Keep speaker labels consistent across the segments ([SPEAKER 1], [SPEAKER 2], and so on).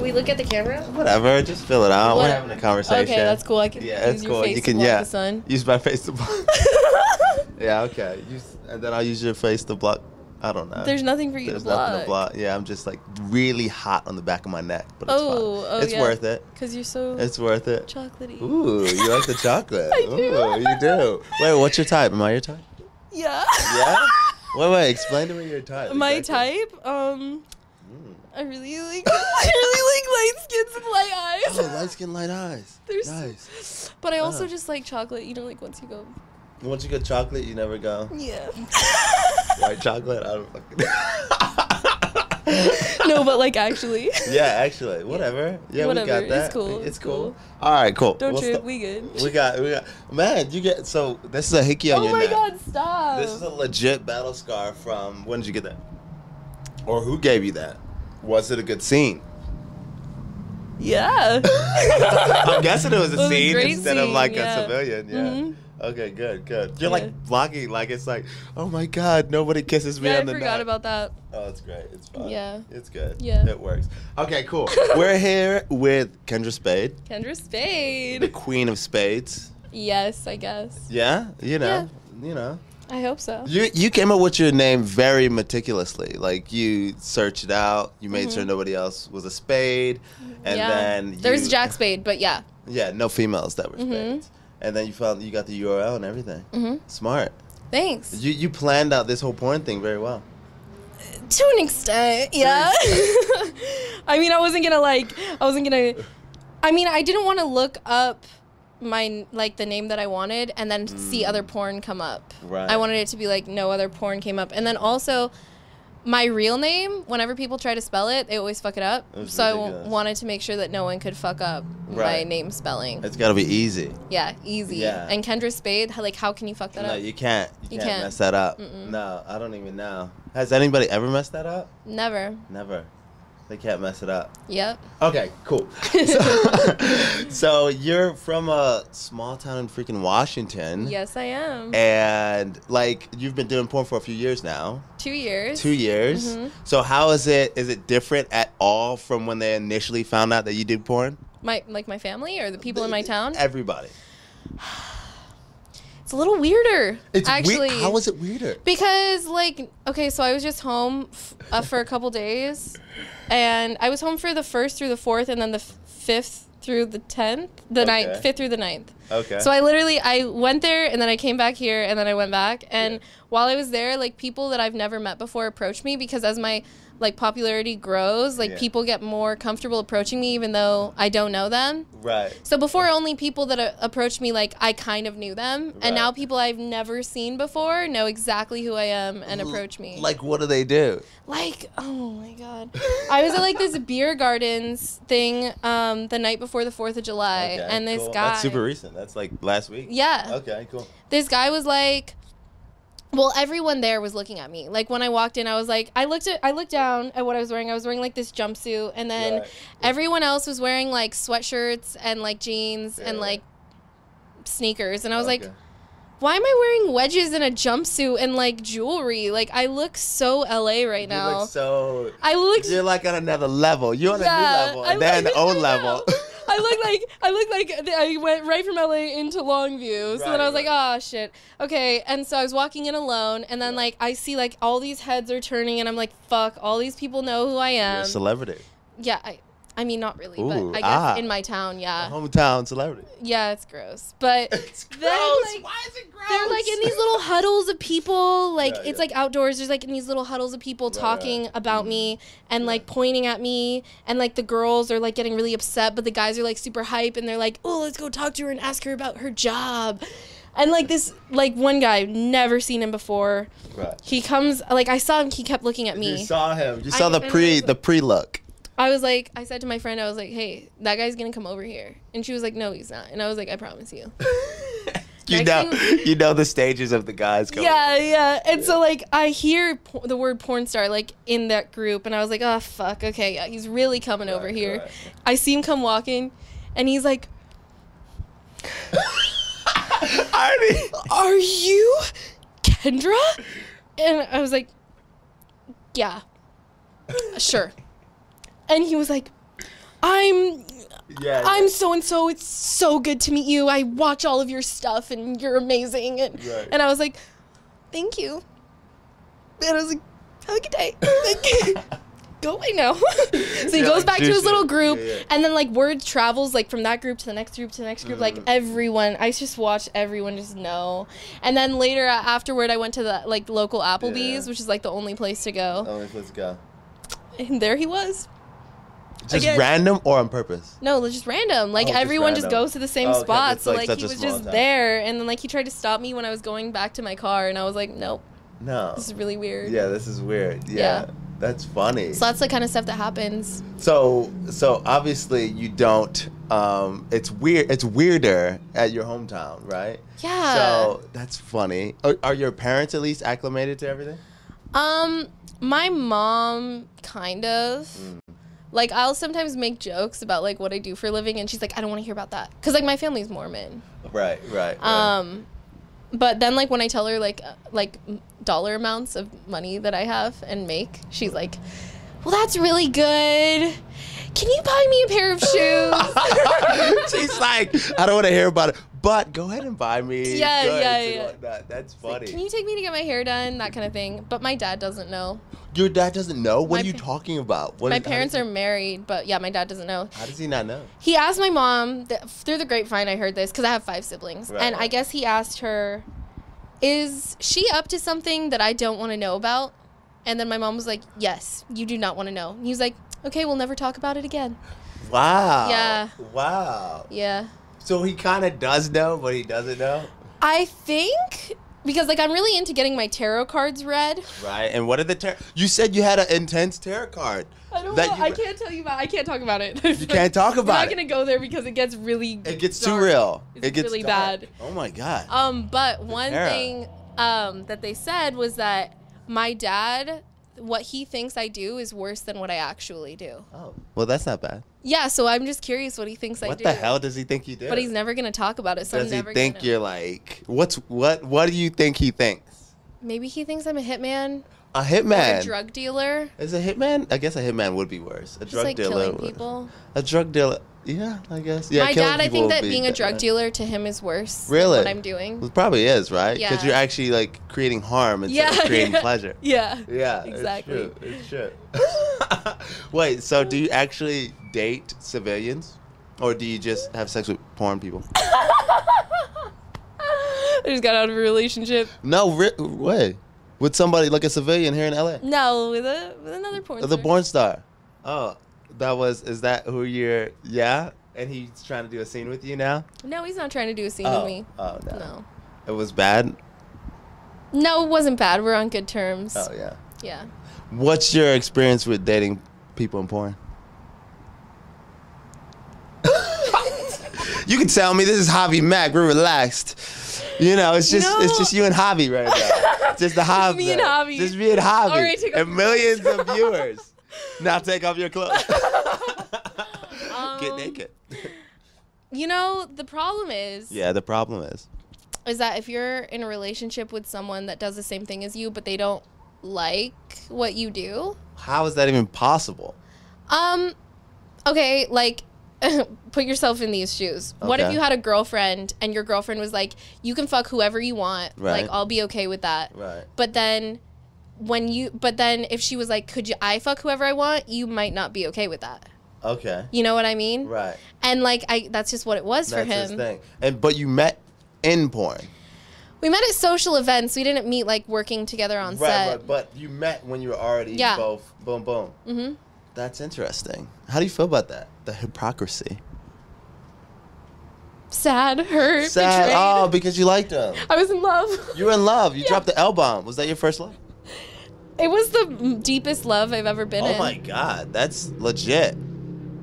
[SPEAKER 1] we look at the camera?
[SPEAKER 2] Whatever, just fill it out. We're
[SPEAKER 1] Whatever.
[SPEAKER 2] having a conversation.
[SPEAKER 1] Okay, that's cool. I can
[SPEAKER 2] Yeah, it's
[SPEAKER 1] use your
[SPEAKER 2] cool. You
[SPEAKER 1] face to
[SPEAKER 2] can
[SPEAKER 1] block
[SPEAKER 2] yeah.
[SPEAKER 1] the sun.
[SPEAKER 2] Use my face to block. yeah, okay. Use, and then I'll use your face to block. I don't know.
[SPEAKER 1] There's nothing for you
[SPEAKER 2] There's
[SPEAKER 1] to block.
[SPEAKER 2] nothing to block. Yeah, I'm just like really hot on the back of my neck, but it's
[SPEAKER 1] Oh,
[SPEAKER 2] fine.
[SPEAKER 1] oh,
[SPEAKER 2] it's
[SPEAKER 1] yeah.
[SPEAKER 2] worth it.
[SPEAKER 1] Because you're so
[SPEAKER 2] It's worth it.
[SPEAKER 1] chocolatey.
[SPEAKER 2] Ooh, you like the chocolate.
[SPEAKER 1] I do.
[SPEAKER 2] Ooh, you do. Wait, what's your type? Am I your type?
[SPEAKER 1] Yeah.
[SPEAKER 2] Yeah? Wait, wait, explain to me your type.
[SPEAKER 1] My
[SPEAKER 2] exactly.
[SPEAKER 1] type, um,
[SPEAKER 2] Mm.
[SPEAKER 1] I really like, I really like light skins and light eyes.
[SPEAKER 2] Oh, Ah. light skin, light eyes.
[SPEAKER 1] There's-
[SPEAKER 2] nice.
[SPEAKER 1] But I also
[SPEAKER 2] Wow.
[SPEAKER 1] just like chocolate. You know, like once you go,
[SPEAKER 2] Once you get chocolate, you never go.
[SPEAKER 1] yeah.
[SPEAKER 2] White chocolate, I don't fucking.
[SPEAKER 1] no, but like actually.
[SPEAKER 2] Yeah, actually, whatever. Yeah, we
[SPEAKER 1] Whatever,
[SPEAKER 2] got
[SPEAKER 1] it's
[SPEAKER 2] that.
[SPEAKER 1] cool,
[SPEAKER 2] It's
[SPEAKER 1] it's
[SPEAKER 2] cool.
[SPEAKER 1] cool.
[SPEAKER 2] All right, cool.
[SPEAKER 1] Don't
[SPEAKER 2] We'll
[SPEAKER 1] trip.
[SPEAKER 2] sta-
[SPEAKER 1] we good.
[SPEAKER 2] We got, we got, man. You get so this is a hickey on
[SPEAKER 1] oh
[SPEAKER 2] your
[SPEAKER 1] my
[SPEAKER 2] neck.
[SPEAKER 1] god! Stop.
[SPEAKER 2] This is a legit battle scar from when did you get that? Or who gave you that? Was it a good scene?
[SPEAKER 1] yeah.
[SPEAKER 2] I'm guessing it was a
[SPEAKER 1] It was a
[SPEAKER 2] scene
[SPEAKER 1] great
[SPEAKER 2] instead of
[SPEAKER 1] scene,
[SPEAKER 2] like
[SPEAKER 1] yeah.
[SPEAKER 2] a civilian. Yeah.
[SPEAKER 1] Mhm.
[SPEAKER 2] Okay, good, good. You're
[SPEAKER 1] Yeah.
[SPEAKER 2] like blocking, like it's like, oh my god, nobody kisses me
[SPEAKER 1] yeah, I
[SPEAKER 2] on the
[SPEAKER 1] forgot
[SPEAKER 2] neck.
[SPEAKER 1] about that.
[SPEAKER 2] Oh, it's great. It's fun.
[SPEAKER 1] Yeah.
[SPEAKER 2] It's good.
[SPEAKER 1] Yeah.
[SPEAKER 2] It works. Okay, cool. We're here with Kendra Spade,
[SPEAKER 1] Kendra
[SPEAKER 2] the
[SPEAKER 1] Spade.
[SPEAKER 2] queen of spades.
[SPEAKER 1] yes, I guess.
[SPEAKER 2] Yeah, you know, you know.
[SPEAKER 1] I hope so.
[SPEAKER 2] You you came up with your name very meticulously. Like you searched it out, you made sure nobody else was a spade, and
[SPEAKER 1] Mm-hmm. yeah.
[SPEAKER 2] then you,
[SPEAKER 1] There's Jack Spade, but yeah.
[SPEAKER 2] Yeah, no females that were
[SPEAKER 1] Mhm.
[SPEAKER 2] spades. And then you found you got the URL and everything.
[SPEAKER 1] hmm
[SPEAKER 2] Smart.
[SPEAKER 1] Thanks.
[SPEAKER 2] You you planned out this whole porn thing very well.
[SPEAKER 1] to an extent, yeah. I mean, I wasn't gonna like, I wasn't gonna. I mean, I didn't want to look up my like the name that I wanted and then see other porn come up.
[SPEAKER 2] Mm. Right.
[SPEAKER 1] I wanted it to be like no other porn came up, and then also my real name. Whenever people try to spell it, they always fuck it up.
[SPEAKER 2] It was
[SPEAKER 1] so I
[SPEAKER 2] ridiculous.
[SPEAKER 1] w- wanted to make sure that no one could fuck up my
[SPEAKER 2] Right.
[SPEAKER 1] name spelling.
[SPEAKER 2] It's got to be easy.
[SPEAKER 1] yeah, easy.
[SPEAKER 2] Yeah.
[SPEAKER 1] And Kendra Spade, how- like, how can you fuck that
[SPEAKER 2] No,
[SPEAKER 1] up?
[SPEAKER 2] you can't. You,
[SPEAKER 1] You
[SPEAKER 2] can't,
[SPEAKER 1] can't.
[SPEAKER 2] mess that up.
[SPEAKER 1] Mm-mm.
[SPEAKER 2] No, I don't even know. Has anybody ever messed that up?
[SPEAKER 1] Never.
[SPEAKER 2] Never. They can't mess it up.
[SPEAKER 1] Yep.
[SPEAKER 2] Okay, cool. So, so you're from a small town in freaking Washington.
[SPEAKER 1] Yes, I
[SPEAKER 2] Eh.
[SPEAKER 1] am.
[SPEAKER 2] And like you've been doing porn for a few years now.
[SPEAKER 1] Two years.
[SPEAKER 2] Two years.
[SPEAKER 1] Mhm.
[SPEAKER 2] So how is it is it different at all from when they initially found out that you did porn?
[SPEAKER 1] my like my family or the people in my
[SPEAKER 2] Eh,
[SPEAKER 1] town.
[SPEAKER 2] Everybody.
[SPEAKER 1] It's a little weirder,
[SPEAKER 2] It's
[SPEAKER 1] actually.
[SPEAKER 2] weird. How is it weirder?
[SPEAKER 1] because like okay, so I was just home f- uh, for a couple days, and I was home for the first through the fourth, and then the f- fifth through the tenth, the ninth,
[SPEAKER 2] Okay.
[SPEAKER 1] fifth through the ninth.
[SPEAKER 2] Okay.
[SPEAKER 1] So I literally I went there and then I came back here and then I went back and
[SPEAKER 2] Yeah.
[SPEAKER 1] while I was there like people that I've never met before approached me because as my like popularity grows like
[SPEAKER 2] Yeah.
[SPEAKER 1] people get more comfortable approaching me even though I don't know them.
[SPEAKER 2] right.
[SPEAKER 1] So before, only people that uh, approached me like I kind of knew them,
[SPEAKER 2] Right.
[SPEAKER 1] and now people I've never seen before know exactly who I am and approach me.
[SPEAKER 2] Like what do they do?
[SPEAKER 1] like oh my god, I was at like this beer gardens thing um, the night before the Fourth of July,
[SPEAKER 2] Okay,
[SPEAKER 1] and this
[SPEAKER 2] cool.
[SPEAKER 1] guy,
[SPEAKER 2] That's super recent. That's like last week.
[SPEAKER 1] yeah,
[SPEAKER 2] Okay, cool.
[SPEAKER 1] this guy was like well everyone there was looking at me like when i walked in i was like i looked at i looked down at what i was wearing i was wearing like this jumpsuit and then
[SPEAKER 2] Right.
[SPEAKER 1] everyone else was wearing like sweatshirts and like jeans and
[SPEAKER 2] Yeah.
[SPEAKER 1] like sneakers and i was like
[SPEAKER 2] Okay.
[SPEAKER 1] why am i wearing wedges and a jumpsuit and like jewelry like i look so la right
[SPEAKER 2] You
[SPEAKER 1] now
[SPEAKER 2] look so
[SPEAKER 1] i look
[SPEAKER 2] You're like on another level. You're on a new level.
[SPEAKER 1] I
[SPEAKER 2] And they're on
[SPEAKER 1] look-
[SPEAKER 2] their own
[SPEAKER 1] I know.
[SPEAKER 2] level.
[SPEAKER 1] I look like I look like th- I went right from LA into Longview. So
[SPEAKER 2] Right,
[SPEAKER 1] then I was like,
[SPEAKER 2] right.
[SPEAKER 1] ah, shit. Okay. And so I was walking in alone, and then like I see like all these heads are turning, and I'm like, fuck, all these people know who I
[SPEAKER 2] You're
[SPEAKER 1] am.
[SPEAKER 2] a celebrity.
[SPEAKER 1] yeah. I, I mean, not really,
[SPEAKER 2] Ooh,
[SPEAKER 1] but I guess
[SPEAKER 2] ah.
[SPEAKER 1] in my town,
[SPEAKER 2] A
[SPEAKER 1] yeah,
[SPEAKER 2] hometown celebrity.
[SPEAKER 1] yeah, it's gross. But
[SPEAKER 2] It's
[SPEAKER 1] They're like-
[SPEAKER 2] Why is it gross?
[SPEAKER 1] they're like in these little huddles of people like
[SPEAKER 2] Yeah,
[SPEAKER 1] it's
[SPEAKER 2] yeah.
[SPEAKER 1] like outdoors there's like in these little huddles of people
[SPEAKER 2] Right, Mm-hmm.
[SPEAKER 1] talking
[SPEAKER 2] right.
[SPEAKER 1] about me and like pointing at me and like the girls are like getting really upset but the guys are like super hype and they're like oh let's go talk to her and ask her about her job and like this like one guy never seen him before
[SPEAKER 2] Right.
[SPEAKER 1] he comes like i saw him he kept looking at
[SPEAKER 2] You
[SPEAKER 1] me
[SPEAKER 2] saw him. You
[SPEAKER 1] I-
[SPEAKER 2] saw the
[SPEAKER 1] and
[SPEAKER 2] pre
[SPEAKER 1] it was-
[SPEAKER 2] the pre look.
[SPEAKER 1] i was like i said to my friend i was like hey that guy's gonna come over here and she was like no he's not and i was like i promise you
[SPEAKER 2] You
[SPEAKER 1] Next
[SPEAKER 2] know,
[SPEAKER 1] thing-
[SPEAKER 2] you know the stages of the guys coming.
[SPEAKER 1] Yeah, yeah. And so like I hear po- the word porn star like in that group, and I was like, oh fuck, okay, yeah, he's really coming over
[SPEAKER 2] Right,
[SPEAKER 1] here.
[SPEAKER 2] right.
[SPEAKER 1] I see him come walking, and he's like,
[SPEAKER 2] Arnie.
[SPEAKER 1] "Are you Kendra?" And I was like, "Yeah, sure." And he was like, I'm
[SPEAKER 2] Yeah.
[SPEAKER 1] I'm so and so. It's so good to meet you. I watch all of your stuff, and you're amazing. And
[SPEAKER 2] Right.
[SPEAKER 1] and I was like, thank you. And I was like, have a good day. Like, go away now. so he
[SPEAKER 2] Yeah,
[SPEAKER 1] goes
[SPEAKER 2] like,
[SPEAKER 1] back to
[SPEAKER 2] douche
[SPEAKER 1] his little
[SPEAKER 2] it.
[SPEAKER 1] group,
[SPEAKER 2] Yeah, yeah.
[SPEAKER 1] and then like word travels like from that group to the next group to the next group. Like
[SPEAKER 2] Mhm.
[SPEAKER 1] everyone, I just watched everyone just know. And then later uh, afterward, I went to the like local Applebee's,
[SPEAKER 2] Yeah. Oh.
[SPEAKER 1] which is like the only place to go.
[SPEAKER 2] Only place to go.
[SPEAKER 1] And there he was.
[SPEAKER 2] Just
[SPEAKER 1] Again-
[SPEAKER 2] random or on purpose?
[SPEAKER 1] No, it's just random. Like
[SPEAKER 2] Oh, just
[SPEAKER 1] everyone just,
[SPEAKER 2] random.
[SPEAKER 1] goes to the same
[SPEAKER 2] Oh, okay,
[SPEAKER 1] spot.
[SPEAKER 2] that's
[SPEAKER 1] So
[SPEAKER 2] like
[SPEAKER 1] like,
[SPEAKER 2] such
[SPEAKER 1] he
[SPEAKER 2] a
[SPEAKER 1] was
[SPEAKER 2] small
[SPEAKER 1] just
[SPEAKER 2] town.
[SPEAKER 1] there, and then like he tried to stop me when I was going back to my car, and I was like, nope,
[SPEAKER 2] No.
[SPEAKER 1] this is really weird.
[SPEAKER 2] Yeah, this is weird.
[SPEAKER 1] Yeah.
[SPEAKER 2] Yeah. That's funny.
[SPEAKER 1] So that's the kind of stuff that happens.
[SPEAKER 2] So so obviously you don't um it's weird it's weirder at your hometown, right?
[SPEAKER 1] Yeah.
[SPEAKER 2] So that's funny. Are, are your parents at least acclimated to everything?
[SPEAKER 1] Um, my mom kind of.
[SPEAKER 2] Mm.
[SPEAKER 1] Like I'll sometimes make jokes about like what I do for a living, and she's like, I don't want to hear about that, cause like my family's Mormon.
[SPEAKER 2] Right, right. right.
[SPEAKER 1] Um, but then like when I tell her like uh, like m- dollar amounts of money that I have and make, she's like, "Well, that's really good. Can you buy me a pair of shoes?"
[SPEAKER 2] She's like, I don't want to hear about it, but go ahead and buy me.
[SPEAKER 1] Yeah,
[SPEAKER 2] goods
[SPEAKER 1] yeah,
[SPEAKER 2] and
[SPEAKER 1] yeah.
[SPEAKER 2] whatnot." That's funny.
[SPEAKER 1] Can you take me to get my hair done? That kind of thing. But my dad doesn't know.
[SPEAKER 2] Your dad doesn't know. What
[SPEAKER 1] My
[SPEAKER 2] are you
[SPEAKER 1] pa-
[SPEAKER 2] talking about? What
[SPEAKER 1] My
[SPEAKER 2] is- how
[SPEAKER 1] parents
[SPEAKER 2] does
[SPEAKER 1] are married, but yeah, my dad doesn't know.
[SPEAKER 2] he- How does he not know?
[SPEAKER 1] He asked my mom th- through the grapevine. I heard this because I have five siblings,
[SPEAKER 2] Right,
[SPEAKER 1] and I
[SPEAKER 2] right.
[SPEAKER 1] guess he asked her, "Is she up to something that I don't want to know about?" And then my mom was like, "Yes, you do not want to know." And he was like, "Okay, we'll never talk about it again."
[SPEAKER 2] Wow.
[SPEAKER 1] Yeah.
[SPEAKER 2] Wow.
[SPEAKER 1] Yeah,
[SPEAKER 2] So he kind of does know, but he doesn't know,
[SPEAKER 1] I think because like I'm really into getting my tarot cards read.
[SPEAKER 2] right? And what are the tarot? You said you had an intense tarot card.
[SPEAKER 1] I don't
[SPEAKER 2] that
[SPEAKER 1] know.
[SPEAKER 2] you-
[SPEAKER 1] I can't tell you about. I can't talk about it.
[SPEAKER 2] You can't talk
[SPEAKER 1] We're
[SPEAKER 2] about
[SPEAKER 1] not
[SPEAKER 2] it.
[SPEAKER 1] gonna go there because it gets really.
[SPEAKER 2] It gets
[SPEAKER 1] dark.
[SPEAKER 2] too real.
[SPEAKER 1] It's
[SPEAKER 2] it gets
[SPEAKER 1] really
[SPEAKER 2] dark.
[SPEAKER 1] bad.
[SPEAKER 2] Oh my god.
[SPEAKER 1] Um, but one
[SPEAKER 2] era.
[SPEAKER 1] thing um, that they said was that my dad, what he thinks I do is worse than what I actually do.
[SPEAKER 2] oh. Well, that's not bad.
[SPEAKER 1] Yeah, so I'm just curious what he thinks I
[SPEAKER 2] What
[SPEAKER 1] do.
[SPEAKER 2] the hell does he think you did?
[SPEAKER 1] But he's never gonna talk about it, so
[SPEAKER 2] Does
[SPEAKER 1] I'm
[SPEAKER 2] he
[SPEAKER 1] never
[SPEAKER 2] think
[SPEAKER 1] gonna.
[SPEAKER 2] you're like? What's what? What do you think he thinks?
[SPEAKER 1] Maybe he thinks I'm a hitman,
[SPEAKER 2] A
[SPEAKER 1] like
[SPEAKER 2] hitman.
[SPEAKER 1] a drug dealer,
[SPEAKER 2] Is a hitman? I guess a hitman would be worse. A
[SPEAKER 1] just
[SPEAKER 2] drug
[SPEAKER 1] like
[SPEAKER 2] dealer.
[SPEAKER 1] killing
[SPEAKER 2] would-
[SPEAKER 1] people.
[SPEAKER 2] A drug dealer. Yeah, I guess. Yeah.
[SPEAKER 1] my
[SPEAKER 2] killing
[SPEAKER 1] dad, I
[SPEAKER 2] people
[SPEAKER 1] think
[SPEAKER 2] would
[SPEAKER 1] that
[SPEAKER 2] be
[SPEAKER 1] being a drug
[SPEAKER 2] bad.
[SPEAKER 1] dealer to him is worse. than
[SPEAKER 2] Really?
[SPEAKER 1] what I'm doing.
[SPEAKER 2] It probably is, right? Because
[SPEAKER 1] Yeah.
[SPEAKER 2] you're actually like creating harm instead
[SPEAKER 1] Yeah,
[SPEAKER 2] of creating
[SPEAKER 1] yeah.
[SPEAKER 2] pleasure.
[SPEAKER 1] Yeah.
[SPEAKER 2] Yeah,
[SPEAKER 1] Exactly.
[SPEAKER 2] It's true. It's true. Wait, so do you actually date civilians, or do you just have sex with porn people?
[SPEAKER 1] I just got out of a relationship.
[SPEAKER 2] No, re- way. With somebody like a civilian here in LA,
[SPEAKER 1] No, with a with another porn.
[SPEAKER 2] the
[SPEAKER 1] star.
[SPEAKER 2] porn star. Oh, that was. Is that who you're? Yeah. And he's trying to do a scene with you now.
[SPEAKER 1] No, he's not trying to do a scene with me.
[SPEAKER 2] oh no.
[SPEAKER 1] No.
[SPEAKER 2] It was bad.
[SPEAKER 1] No, it wasn't bad. We're on good terms.
[SPEAKER 2] Oh yeah.
[SPEAKER 1] Yeah.
[SPEAKER 2] What's your experience with dating people in porn? you can tell me this is Javi Mac. We're relaxed. You know, it's just it's
[SPEAKER 1] No.
[SPEAKER 2] just you and Javi right now. It's just the Javi.
[SPEAKER 1] me and Javi.
[SPEAKER 2] Just me and Javi.
[SPEAKER 1] All right, take off
[SPEAKER 2] and millions of viewers. Now take off your clothes. Get
[SPEAKER 1] Um,
[SPEAKER 2] naked.
[SPEAKER 1] You know, the problem is
[SPEAKER 2] Yeah, the problem is.
[SPEAKER 1] is that if you're in a relationship with someone that does the same thing as you but they don't like what you do,
[SPEAKER 2] How is that even possible?
[SPEAKER 1] um okay, like put yourself in these shoes. What if
[SPEAKER 2] Okay.
[SPEAKER 1] you had a girlfriend and your girlfriend was like, "You can fuck whoever you want.
[SPEAKER 2] Right.
[SPEAKER 1] Like I'll be okay with that."
[SPEAKER 2] Right.
[SPEAKER 1] But then when you but then if she was like, "Could you I fuck whoever I want?" you might not be okay with that.
[SPEAKER 2] Okay.
[SPEAKER 1] You know what I mean?
[SPEAKER 2] Right.
[SPEAKER 1] And like I that's just what it was for
[SPEAKER 2] That's
[SPEAKER 1] him.
[SPEAKER 2] his thing. And but you met in porn.
[SPEAKER 1] We met at social events. We didn't meet like working together on
[SPEAKER 2] Right,
[SPEAKER 1] set.
[SPEAKER 2] right, but you met when you were already
[SPEAKER 1] Yeah.
[SPEAKER 2] both boom boom.
[SPEAKER 1] Mhm.
[SPEAKER 2] That's interesting. How do you feel about that? The hypocrisy.
[SPEAKER 1] Sad, hurt,
[SPEAKER 2] Sad.
[SPEAKER 1] betrayed.
[SPEAKER 2] Oh, because you liked them.
[SPEAKER 1] I was in love.
[SPEAKER 2] You were in love. You dropped the L bomb. Was that your first love?
[SPEAKER 1] it was the m- deepest love I've ever been in.
[SPEAKER 2] Oh my god, that's legit.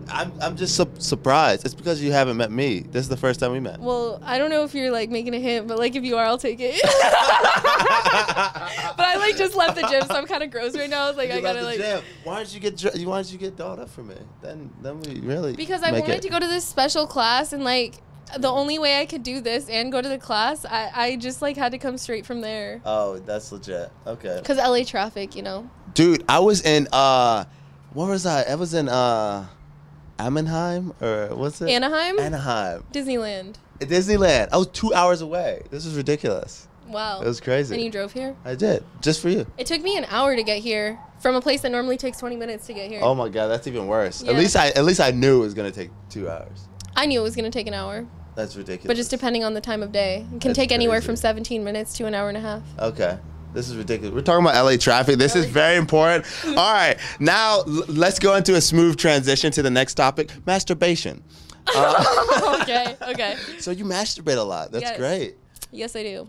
[SPEAKER 2] I'm I'm just su- surprised. It's because you haven't met me. This is the first time we met.
[SPEAKER 1] Well, I don't know if you're like making a hint, but like if you are, I'll take it. but I like just left the gym, so I'm kind of gross right now. I was like,
[SPEAKER 2] You
[SPEAKER 1] I
[SPEAKER 2] left
[SPEAKER 1] gotta
[SPEAKER 2] the
[SPEAKER 1] like.
[SPEAKER 2] gym. Why did you get dr- you- Why did you get dolled up for me? Then then we really
[SPEAKER 1] Because I
[SPEAKER 2] make
[SPEAKER 1] wanted
[SPEAKER 2] it.
[SPEAKER 1] to go to this special class and like. The only way I could do this and go to the class, I, I just like had to come straight from there.
[SPEAKER 2] Oh, that's legit. Okay.
[SPEAKER 1] Cause LA traffic, you know.
[SPEAKER 2] dude i was in uh where was i i was in uh Amenheim or what's it?
[SPEAKER 1] Anaheim?
[SPEAKER 2] Anaheim.
[SPEAKER 1] Disneyland.
[SPEAKER 2] At Disneyland. I was two hours away. This is ridiculous.
[SPEAKER 1] Wow.
[SPEAKER 2] It was crazy.
[SPEAKER 1] And you drove here?
[SPEAKER 2] I did just for you.
[SPEAKER 1] It took me an hour to get here from a place that normally takes 20 minutes to get here.
[SPEAKER 2] Oh my god, that's even worse. At
[SPEAKER 1] Yeah.
[SPEAKER 2] least I at least I knew it was gonna take two hours.
[SPEAKER 1] I knew it was going to take an hour,
[SPEAKER 2] That's ridiculous.
[SPEAKER 1] but just depending on the time of day, it can
[SPEAKER 2] That's
[SPEAKER 1] take anywhere
[SPEAKER 2] crazy.
[SPEAKER 1] from 17 minutes to an hour and a half.
[SPEAKER 2] Okay. This is ridiculous. We're talking about LA traffic. This is very important. All right. Now l- let's go into a smooth transition to the next topic masturbation. Uh,
[SPEAKER 1] okay, okay.
[SPEAKER 2] So you masturbate a lot. That's
[SPEAKER 1] Yes.
[SPEAKER 2] great.
[SPEAKER 1] Yes, I do.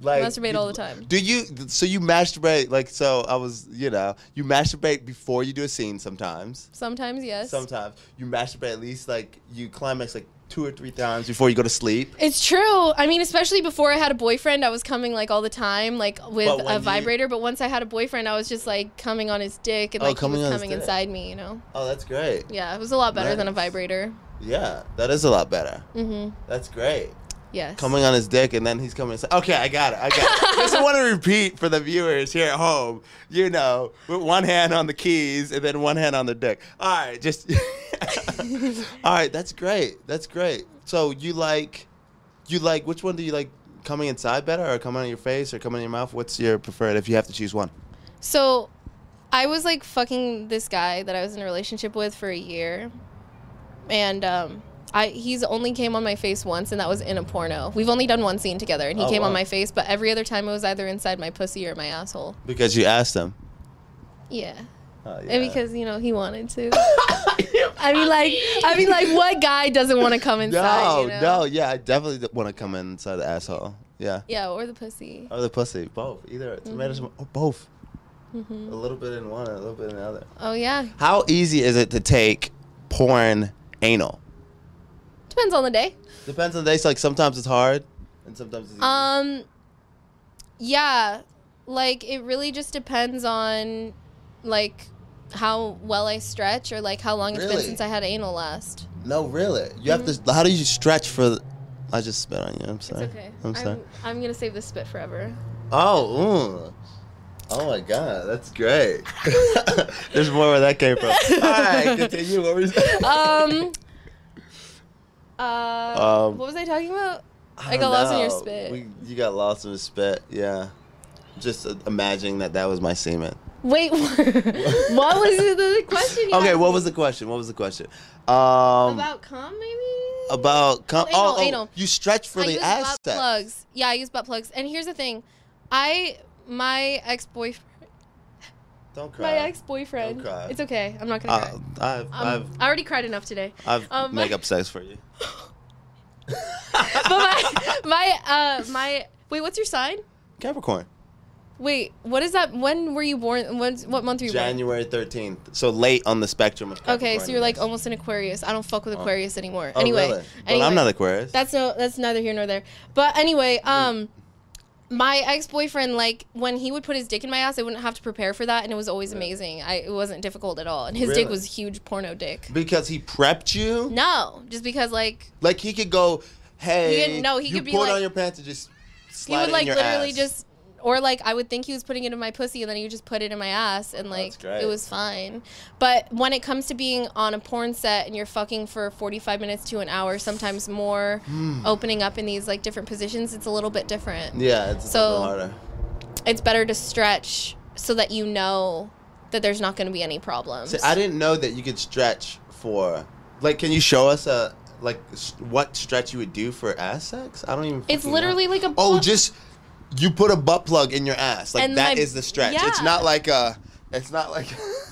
[SPEAKER 2] Like
[SPEAKER 1] masturbate
[SPEAKER 2] you-
[SPEAKER 1] all the time.
[SPEAKER 2] Do you so you masturbate like so I was, you know, you masturbate before you do a scene sometimes.
[SPEAKER 1] Sometimes, yes.
[SPEAKER 2] Sometimes you masturbate at least like you climax like two or three times before you go to sleep.
[SPEAKER 1] It's true. I mean, especially before I had a boyfriend, I was coming like all the time, like with
[SPEAKER 2] But when
[SPEAKER 1] a
[SPEAKER 2] you-
[SPEAKER 1] vibrator. But once I had a boyfriend, I was just like coming on his dick and
[SPEAKER 2] Oh,
[SPEAKER 1] like he
[SPEAKER 2] coming on
[SPEAKER 1] was
[SPEAKER 2] his
[SPEAKER 1] coming
[SPEAKER 2] dick.
[SPEAKER 1] inside me, you know?
[SPEAKER 2] Oh, that's great.
[SPEAKER 1] Yeah, it was a lot better than a
[SPEAKER 2] Nice.
[SPEAKER 1] vibrator.
[SPEAKER 2] Yeah, that is a lot better.
[SPEAKER 1] Mm-hmm.
[SPEAKER 2] That's great.
[SPEAKER 1] Yes.
[SPEAKER 2] Coming on his dick, and then he's coming. Inside. Okay, I got it. I got it. Just want to repeat for the viewers here at home. You know, with one hand on the keys and then one hand on the dick. All right, just. All right, that's great. That's great. So you like, you like. Which one do you like? Coming inside better, or coming on your face, or coming in your mouth? What's your preferred? If you have to choose one.
[SPEAKER 1] So, I was like fucking this guy that I was in a relationship with for a year, and um, I he's only came on my face once, and that was in a porno. We've only done one scene together, and he
[SPEAKER 2] Oh,
[SPEAKER 1] came on
[SPEAKER 2] wow.
[SPEAKER 1] my face, but every other time it was either inside my pussy or my asshole.
[SPEAKER 2] Because you asked him.
[SPEAKER 1] Yeah,
[SPEAKER 2] Oh,
[SPEAKER 1] and
[SPEAKER 2] yeah.
[SPEAKER 1] because you know he wanted to. I mean, like, I mean, like, what guy doesn't want to come inside?
[SPEAKER 2] No,
[SPEAKER 1] you know?
[SPEAKER 2] no, yeah, I definitely want to come inside the asshole. Yeah.
[SPEAKER 1] Yeah, or the pussy.
[SPEAKER 2] Or the pussy, both, either
[SPEAKER 1] Mm-hmm.
[SPEAKER 2] tomatoes or both. A little bit in one, a little bit in the other.
[SPEAKER 1] Oh yeah,
[SPEAKER 2] How easy is it to take porn anal?
[SPEAKER 1] depends on the day.
[SPEAKER 2] Depends on the days. Like sometimes it's hard, and sometimes it's easy.
[SPEAKER 1] Um, yeah, like it really just depends on like how well I stretch or like how long it's
[SPEAKER 2] Really?
[SPEAKER 1] been since I had anal last.
[SPEAKER 2] no, really, you have
[SPEAKER 1] mm-hmm.
[SPEAKER 2] to. How do you stretch for? the- I just spit on you. I'm sorry. I'm sorry.
[SPEAKER 1] I'm gonna save this spit forever.
[SPEAKER 2] Oh, mm. oh my God, that's great. There's more where that came from. All right, continue. What were you saying?
[SPEAKER 1] Um. Uh,
[SPEAKER 2] Um,
[SPEAKER 1] what was I talking about?
[SPEAKER 2] I
[SPEAKER 1] I
[SPEAKER 2] don't
[SPEAKER 1] got lost in your
[SPEAKER 2] know.
[SPEAKER 1] spit.
[SPEAKER 2] We, you got lost in the spit. Yeah. Just uh, imagining that that was my semen.
[SPEAKER 1] Wait, what was the, the question? You
[SPEAKER 2] Okay,
[SPEAKER 1] asked
[SPEAKER 2] what
[SPEAKER 1] me?
[SPEAKER 2] was the question? What was the question? Um, about
[SPEAKER 1] about cum? Maybe
[SPEAKER 2] about com-
[SPEAKER 1] Anal,
[SPEAKER 2] oh, oh,
[SPEAKER 1] anal.
[SPEAKER 2] you stretch for
[SPEAKER 1] I
[SPEAKER 2] the
[SPEAKER 1] use
[SPEAKER 2] ass
[SPEAKER 1] butt
[SPEAKER 2] sex.
[SPEAKER 1] plugs. Yeah, I use butt plugs. And here's the thing, I my ex boyfriend.
[SPEAKER 2] Don't cry.
[SPEAKER 1] My ex boyfriend.
[SPEAKER 2] Don't cry.
[SPEAKER 1] It's okay. I'm not gonna
[SPEAKER 2] Uh,
[SPEAKER 1] cry.
[SPEAKER 2] I've
[SPEAKER 1] Um, I already cried enough today.
[SPEAKER 2] I've I've
[SPEAKER 1] um,
[SPEAKER 2] make up sex for you.
[SPEAKER 1] But my my uh my wait, what's your sign?
[SPEAKER 2] Capricorn.
[SPEAKER 1] Wait, what is that? When were you born? When, what month were you
[SPEAKER 2] January thirteenth. So late on the spectrum of
[SPEAKER 1] born?
[SPEAKER 2] Capricorn.
[SPEAKER 1] Okay, so you're like
[SPEAKER 2] oh,
[SPEAKER 1] almost an Aquarius. I don't fuck with Aquarius anymore.
[SPEAKER 2] oh,
[SPEAKER 1] anyway,
[SPEAKER 2] really? But
[SPEAKER 1] anyway,
[SPEAKER 2] I'm not Mm. Aquarius.
[SPEAKER 1] That's no. That's neither here nor there. But anyway, um. My ex boyfriend, like when he would put his dick in my ass, I wouldn't have to prepare for that, and it was always amazing. I it wasn't difficult at all, and his dick
[SPEAKER 2] Really?
[SPEAKER 1] was huge porno dick.
[SPEAKER 2] because he prepped you.
[SPEAKER 1] No, just because like
[SPEAKER 2] Like he could go, hey,
[SPEAKER 1] He could- no, he
[SPEAKER 2] you
[SPEAKER 1] could be
[SPEAKER 2] pull it
[SPEAKER 1] like-
[SPEAKER 2] on your pants and just
[SPEAKER 1] he
[SPEAKER 2] slide
[SPEAKER 1] would
[SPEAKER 2] it
[SPEAKER 1] like
[SPEAKER 2] in your
[SPEAKER 1] literally
[SPEAKER 2] ass.
[SPEAKER 1] just or like I would think he was putting it in my pussy and then he would just put it in my ass and like
[SPEAKER 2] great.
[SPEAKER 1] it was fine. But when it comes to being on a porn set and you're fucking for 45 minutes to an hour, sometimes more, opening up in these like different positions, it's a little bit different.
[SPEAKER 2] Hmm. yeah, it's
[SPEAKER 1] So-
[SPEAKER 2] so harder.
[SPEAKER 1] It's better to stretch so that you know that there's not going to be any problems.
[SPEAKER 2] See, I didn't know that you could stretch for. Like, can you show us a like s- what stretch you would do for ass sex? I don't even.
[SPEAKER 1] it's
[SPEAKER 2] fucking know.
[SPEAKER 1] literally like a
[SPEAKER 2] Oh,
[SPEAKER 1] bu-
[SPEAKER 2] just you put a butt plug in your ass. Like that
[SPEAKER 1] And
[SPEAKER 2] is
[SPEAKER 1] my-
[SPEAKER 2] the stretch. It's
[SPEAKER 1] yeah.
[SPEAKER 2] not like a. It's not like.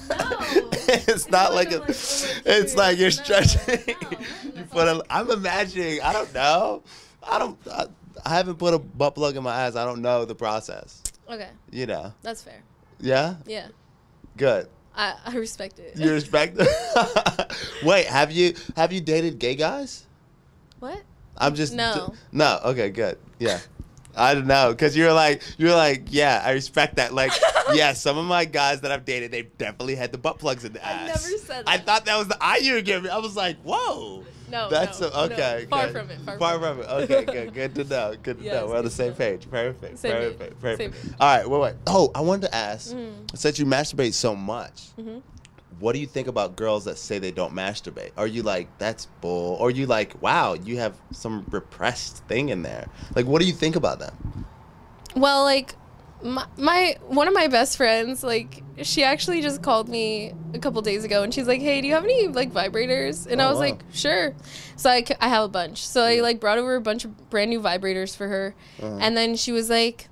[SPEAKER 2] it's
[SPEAKER 1] not
[SPEAKER 2] not like
[SPEAKER 1] a,
[SPEAKER 2] a.
[SPEAKER 1] like, oh,
[SPEAKER 2] it's like you're
[SPEAKER 1] no, no,
[SPEAKER 2] stretching.
[SPEAKER 1] what
[SPEAKER 2] you put a, I'm imagining. I don't know. I don't. I, I haven't put a butt plug in my ass. I don't know the process.
[SPEAKER 1] Okay,
[SPEAKER 2] You know.
[SPEAKER 1] that's fair.
[SPEAKER 2] Yeah.
[SPEAKER 1] Yeah.
[SPEAKER 2] Good.
[SPEAKER 1] I, I respect it.
[SPEAKER 2] You respect them. Wait, have you have you dated gay guys?
[SPEAKER 1] what?
[SPEAKER 2] I'm just
[SPEAKER 1] No.
[SPEAKER 2] no. Okay, good. Yeah, I don't know because you're like you're like yeah, I respect that. Like yeah, some of my guys that I've dated, they've definitely had the butt plugs in the
[SPEAKER 1] I
[SPEAKER 2] ass.
[SPEAKER 1] never said
[SPEAKER 2] I
[SPEAKER 1] that.
[SPEAKER 2] thought that was the eye you were giving. me. I was like, whoa.
[SPEAKER 1] No,
[SPEAKER 2] That's
[SPEAKER 1] Oh, no,
[SPEAKER 2] a,
[SPEAKER 1] no.
[SPEAKER 2] okay.
[SPEAKER 1] Far
[SPEAKER 2] good.
[SPEAKER 1] from it, far from
[SPEAKER 2] from, it. Okay, good. Good to know. Good to
[SPEAKER 1] Yeah,
[SPEAKER 2] know.
[SPEAKER 1] it's
[SPEAKER 2] We're on
[SPEAKER 1] good
[SPEAKER 2] the
[SPEAKER 1] to
[SPEAKER 2] same
[SPEAKER 1] know.
[SPEAKER 2] page. Perfect.
[SPEAKER 1] Same page,
[SPEAKER 2] perfect. Perfect.
[SPEAKER 1] same page. Mm-hmm.
[SPEAKER 2] All right. Wait. Wait. Oh, I wanted to ask. Since you masturbate so much, what do you think about girls that say they don't masturbate? Are you like, that's bull? Or are you like, wow, you have some repressed thing in there? Like, what do you think about them?
[SPEAKER 1] Well, like my, my one of my best friends, like she actually just called me a couple days ago, and she's like, "Hey, do you have any like vibrators?" And
[SPEAKER 2] Oh,
[SPEAKER 1] I was
[SPEAKER 2] wow.
[SPEAKER 1] like, "Sure." So I, c- I have a bunch. So I like brought over a bunch of brand new vibrators for her,
[SPEAKER 2] Uh-huh.
[SPEAKER 1] and then she was like,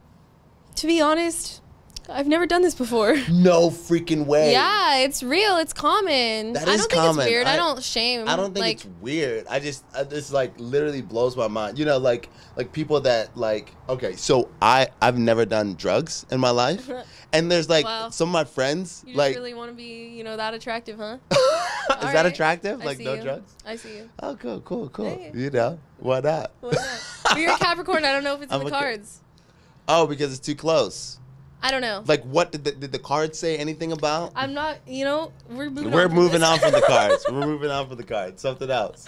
[SPEAKER 1] "To be honest, I've never done this before."
[SPEAKER 2] No freaking way.
[SPEAKER 1] Yeah, it's real. It's common.
[SPEAKER 2] That
[SPEAKER 1] I
[SPEAKER 2] is
[SPEAKER 1] don't think
[SPEAKER 2] common.
[SPEAKER 1] it's weird. I,
[SPEAKER 2] I-
[SPEAKER 1] don't shame.
[SPEAKER 2] I don't think
[SPEAKER 1] Um, like,
[SPEAKER 2] it's weird. I just I, this like literally blows my mind. You know, like like people that like okay, so I I've never done drugs in my life, and there's like
[SPEAKER 1] Wow.
[SPEAKER 2] some of my friends
[SPEAKER 1] you just
[SPEAKER 2] like
[SPEAKER 1] really want to be, you know, that attractive, huh?
[SPEAKER 2] is that
[SPEAKER 1] Alright.
[SPEAKER 2] attractive?
[SPEAKER 1] I
[SPEAKER 2] like
[SPEAKER 1] see
[SPEAKER 2] no
[SPEAKER 1] you.
[SPEAKER 2] drugs?
[SPEAKER 1] I see you.
[SPEAKER 2] Oh, cool, cool, cool.
[SPEAKER 1] Hey.
[SPEAKER 2] You know why not?
[SPEAKER 1] Why not? But you're a Capricorn. I don't know if it's in
[SPEAKER 2] I'm
[SPEAKER 1] the
[SPEAKER 2] a ca-
[SPEAKER 1] cards.
[SPEAKER 2] Oh, because it's too close.
[SPEAKER 1] I don't know.
[SPEAKER 2] Like what did the, did the card say anything about?
[SPEAKER 1] I'm not. You know, we're moving.
[SPEAKER 2] We're
[SPEAKER 1] on from
[SPEAKER 2] moving
[SPEAKER 1] this.
[SPEAKER 2] on from the cards. We're moving on from the cards. Something else.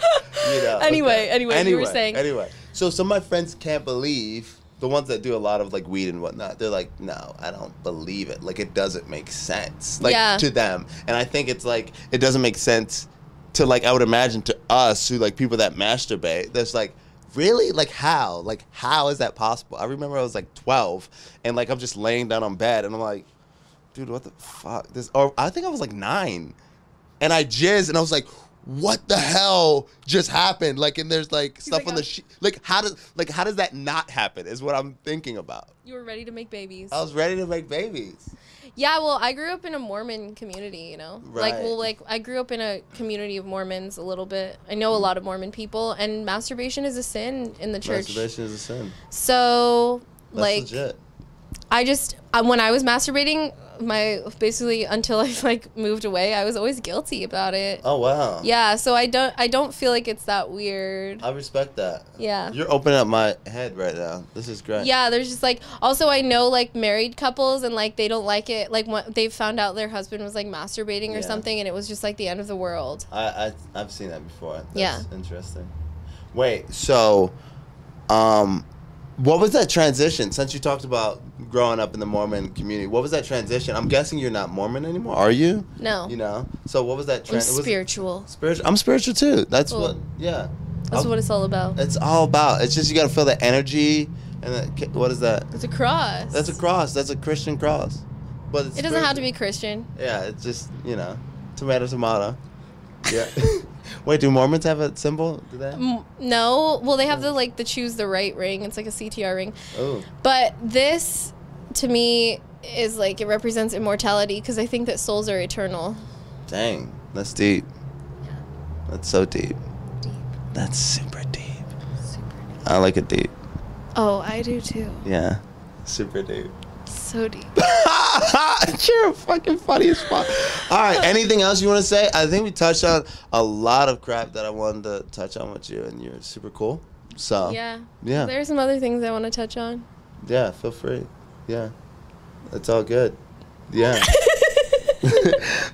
[SPEAKER 2] You know,
[SPEAKER 1] Anyway,
[SPEAKER 2] okay.
[SPEAKER 1] anyway, you were saying-
[SPEAKER 2] Anyway, so some of my friends can't believe the ones that do a lot of like weed and whatnot. They're like, no, I don't believe it. Like it doesn't make sense. Like
[SPEAKER 1] Yeah.
[SPEAKER 2] to them, and I think it's like it doesn't make sense to like I would imagine to us who like people that masturbate. That's like. Really? Like how? Like how is that possible? I remember I was like 12 and like I'm just laying down on bed and I'm like dude, what the fuck? This or I think I was like nine, and I jizzed, and I was like, what the hell just happened? Like, and there's like stuff
[SPEAKER 1] like,
[SPEAKER 2] on
[SPEAKER 1] "Oh."
[SPEAKER 2] the sheet. Like, how does like how does that not happen? Is what I'm thinking about.
[SPEAKER 1] You were ready to make babies.
[SPEAKER 2] I was ready to make babies.
[SPEAKER 1] Yeah, well, I grew up in a Mormon community, you know. Like,
[SPEAKER 2] Right.
[SPEAKER 1] well, like I grew up in a community of Mormons a little bit. I know a lot of Mormon people, and masturbation is a sin in the church.
[SPEAKER 2] Masturbation is a sin.
[SPEAKER 1] So,
[SPEAKER 2] That's
[SPEAKER 1] like,
[SPEAKER 2] legit.
[SPEAKER 1] I just I, when I was masturbating, my basically until I like moved away, I was always guilty about it.
[SPEAKER 2] Oh wow.
[SPEAKER 1] Yeah, so I don't I don't feel like it's that weird.
[SPEAKER 2] I respect that.
[SPEAKER 1] Yeah.
[SPEAKER 2] You're opening up my head right now. This is great.
[SPEAKER 1] Yeah, there's just like also I know like married couples and like they don't like it like when they found out their husband was like masturbating or
[SPEAKER 2] Yeah.
[SPEAKER 1] something and it was just like the end of the world.
[SPEAKER 2] I, I I've seen that before. That's
[SPEAKER 1] Yeah.
[SPEAKER 2] Interesting. Wait. So, um, what was that transition? Since you talked about growing up in the Mormon community, what was that transition? I'm guessing you're not Mormon anymore, are you?
[SPEAKER 1] No.
[SPEAKER 2] You know. So what was that
[SPEAKER 1] I'm
[SPEAKER 2] transition?
[SPEAKER 1] spiritual.
[SPEAKER 2] Spiritual. I'm spiritual too. That's
[SPEAKER 1] Cool.
[SPEAKER 2] what. Yeah.
[SPEAKER 1] That's
[SPEAKER 2] I'll-
[SPEAKER 1] what it's all about.
[SPEAKER 2] It's all about. It's just you got to feel the energy and the, what is that?
[SPEAKER 1] It's a cross.
[SPEAKER 2] That's a cross. That's a Christian cross. But it's
[SPEAKER 1] It doesn't have to
[SPEAKER 2] spiritual.
[SPEAKER 1] be Christian.
[SPEAKER 2] Yeah, it's just you know, tomato, tomato. Yeah. Wait, do Mormons have a symbol? Do they?
[SPEAKER 1] M- No, well they have the like the choose the right ring. It's like a CTR ring.
[SPEAKER 2] Oh,
[SPEAKER 1] But this, to me, is like it represents immortality because I think that souls are eternal.
[SPEAKER 2] dang, that's deep. That's so deep. That's super deep. I like it deep.
[SPEAKER 1] Oh, I do too.
[SPEAKER 2] Yeah, super deep.
[SPEAKER 1] So deep.
[SPEAKER 2] You're fucking funny as fuck. All right, anything else you want to say? I think we touched on a lot of crap that I wanted to touch on with you, and you're super cool. So
[SPEAKER 1] Yeah.
[SPEAKER 2] yeah,
[SPEAKER 1] There are some other things I want to touch on.
[SPEAKER 2] yeah, feel free. Yeah, it's all good. Yeah.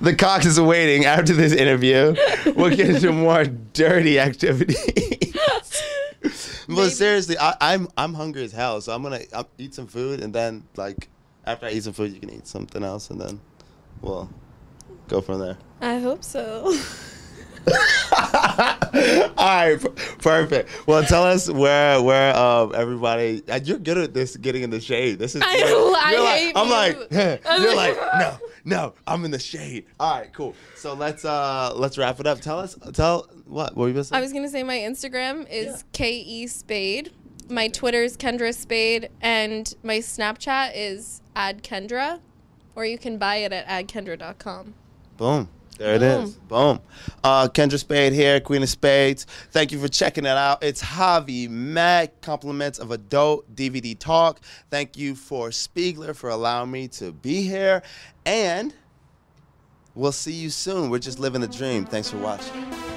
[SPEAKER 2] the cox is waiting after this interview. We'll get into more dirty activity.
[SPEAKER 1] Maybe.
[SPEAKER 2] but seriously, I, I'm I'm hungry as hell, so I'm gonna i eat some food and then like after I eat some food, you can eat something else and then we'll go from there.
[SPEAKER 1] I hope so.
[SPEAKER 2] All right, per- perfect. Well, tell us where where um everybody. uh, You're good at this, getting in the shade. This is.
[SPEAKER 1] I-
[SPEAKER 2] you're-
[SPEAKER 1] I
[SPEAKER 2] you're like,
[SPEAKER 1] hate you.
[SPEAKER 2] I'm like,
[SPEAKER 1] I'm
[SPEAKER 2] you're like,
[SPEAKER 1] like-
[SPEAKER 2] no, no, I'm in the shade. All right, cool. So let's uh let's wrap it up. Tell us, tell what what were you gonna say?
[SPEAKER 1] I was gonna say my Instagram is
[SPEAKER 2] Yeah.
[SPEAKER 1] K E Spade. My Twitter is Kendra Spade, and my Snapchat is Ad Kendra, or you can buy it at adkendra.com.
[SPEAKER 2] Boom. There it is. Boom. Uh, Kendra Spade here, Queen of Spades. Thank you for checking it out. It's Javi Mack, compliments of adult DVD talk. Thank you for Spiegler for allowing me to be here. And we'll see you soon. We're just living the dream. Thanks for watching.